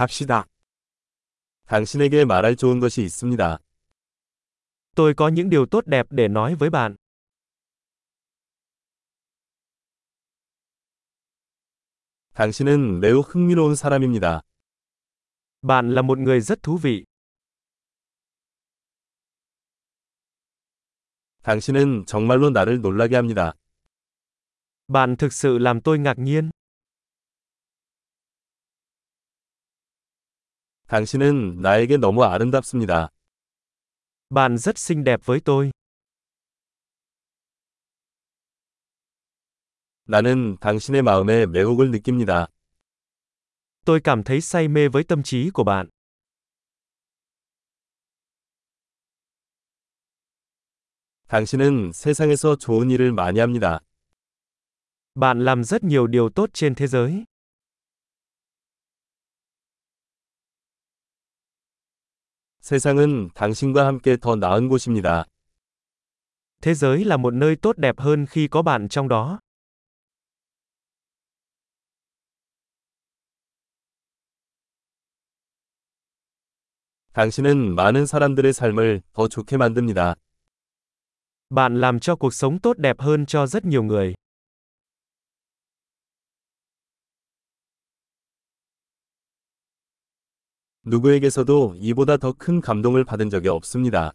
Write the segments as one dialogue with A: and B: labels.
A: 갑시다. 당신에게 말할 좋은 것이 있습니다.
B: Tôi có những điều tốt đẹp để nói với bạn.
A: 당신은 매우 흥미로운 사람입니다.
B: Bạn là một người rất thú vị.
A: 당신은 정말로 나를 놀라게 합니다.
B: Bạn thực sự làm tôi ngạc nhiên.
A: 당신은 나에게 너무 아름답습니다.
B: Bạn rất xinh đẹp với tôi.
A: 나는 당신의 마음에 매혹을 느낍니다.
B: Tôi cảm thấy say mê với tâm trí của bạn.
A: 당신은 세상에서 좋은 일을 많이 합니다.
B: Bạn làm rất nhiều điều tốt trên thế giới.
A: 세상은 당신과 함께 더 나은 곳입니다.
B: Thế giới là một nơi tốt đẹp hơn khi có bạn trong đó.
A: 당신은 많은 사람들의 삶을 더 좋게 만듭니다.
B: Bạn làm cho cuộc sống tốt đẹp hơn cho rất nhiều người.
A: 누구에게서도 이보다 더 큰 감동을 받은 적이 없습니다.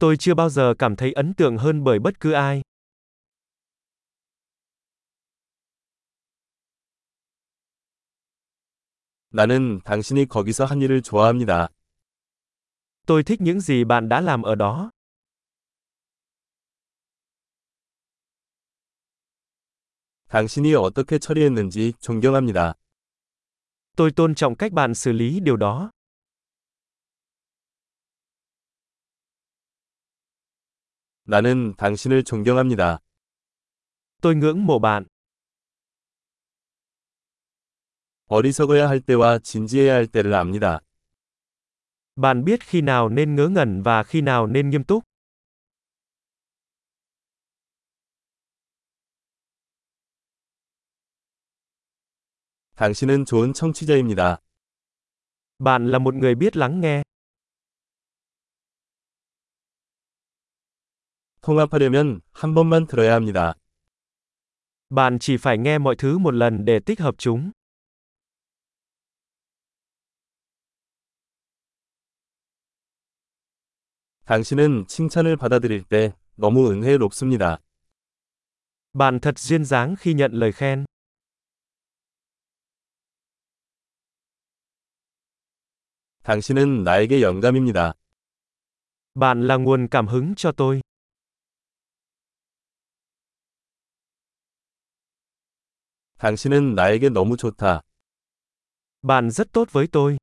B: Tôi chưa bao giờ cảm thấy ấn tượng hơn bởi bất cứ ai.
A: 나는 당신이 거기서 한 일을 좋아합니다.
B: Tôi thích những gì bạn đã làm ở đó.
A: 당신이 어떻게 처리했는지 존경합니다.
B: Tôi tôn trọng cách bạn xử lý điều đó.
A: 나는 당신을 존경합니다.
B: Tôi ngưỡng mộ bạn.
A: 어리석어야 할 때와 진지해야 할 때를 압니다.
B: Bạn biết khi nào nên ngớ ngẩn và khi nào nên nghiêm túc.
A: 당신은 좋은 청취자입니다.
B: Bạn là một người biết lắng nghe.
A: 통합하려면 한 번만 들어야 합니다.
B: Bạn chỉ phải nghe mọi thứ một lần để tích hợp chúng.
A: 당신은 칭찬을 받아들일 때 너무 은혜롭습니다.
B: Bạn thật duyên dáng khi nhận lời khen.
A: 당신은 나에게 영감입니다.
B: Bạn là nguồn cảm hứng cho tôi.
A: 당신은 나에게 너무 좋다.
B: Bạn rất tốt với tôi.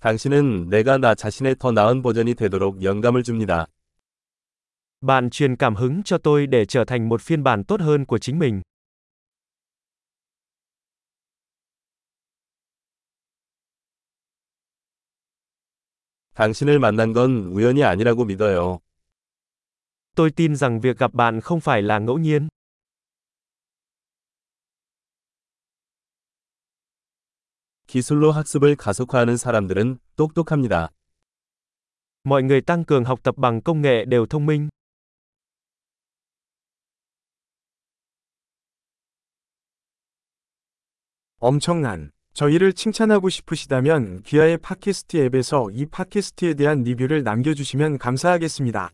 A: 당신은 내가 나 자신의 더 나은 버전이 되도록 영감을 줍니다.
B: Bạn truyền cảm hứng cho tôi để trở thành một phiên bản tốt hơn của chính mình.
A: 당신을 만난 건 우연이 아니라고 믿어요.
B: Tôi tin rằng việc gặp bạn không phải là ngẫu nhiên.
A: 기술로 학습을 가속화하는 사람들은 똑똑합니다.
B: Mọi người tăng cường học tập bằng công nghệ đều thông minh.
C: 엄청난. 저희를 칭찬하고 싶으시다면 기아의 팟캐스트 앱에서 이 팟캐스트에 대한 리뷰를 남겨주시면 감사하겠습니다.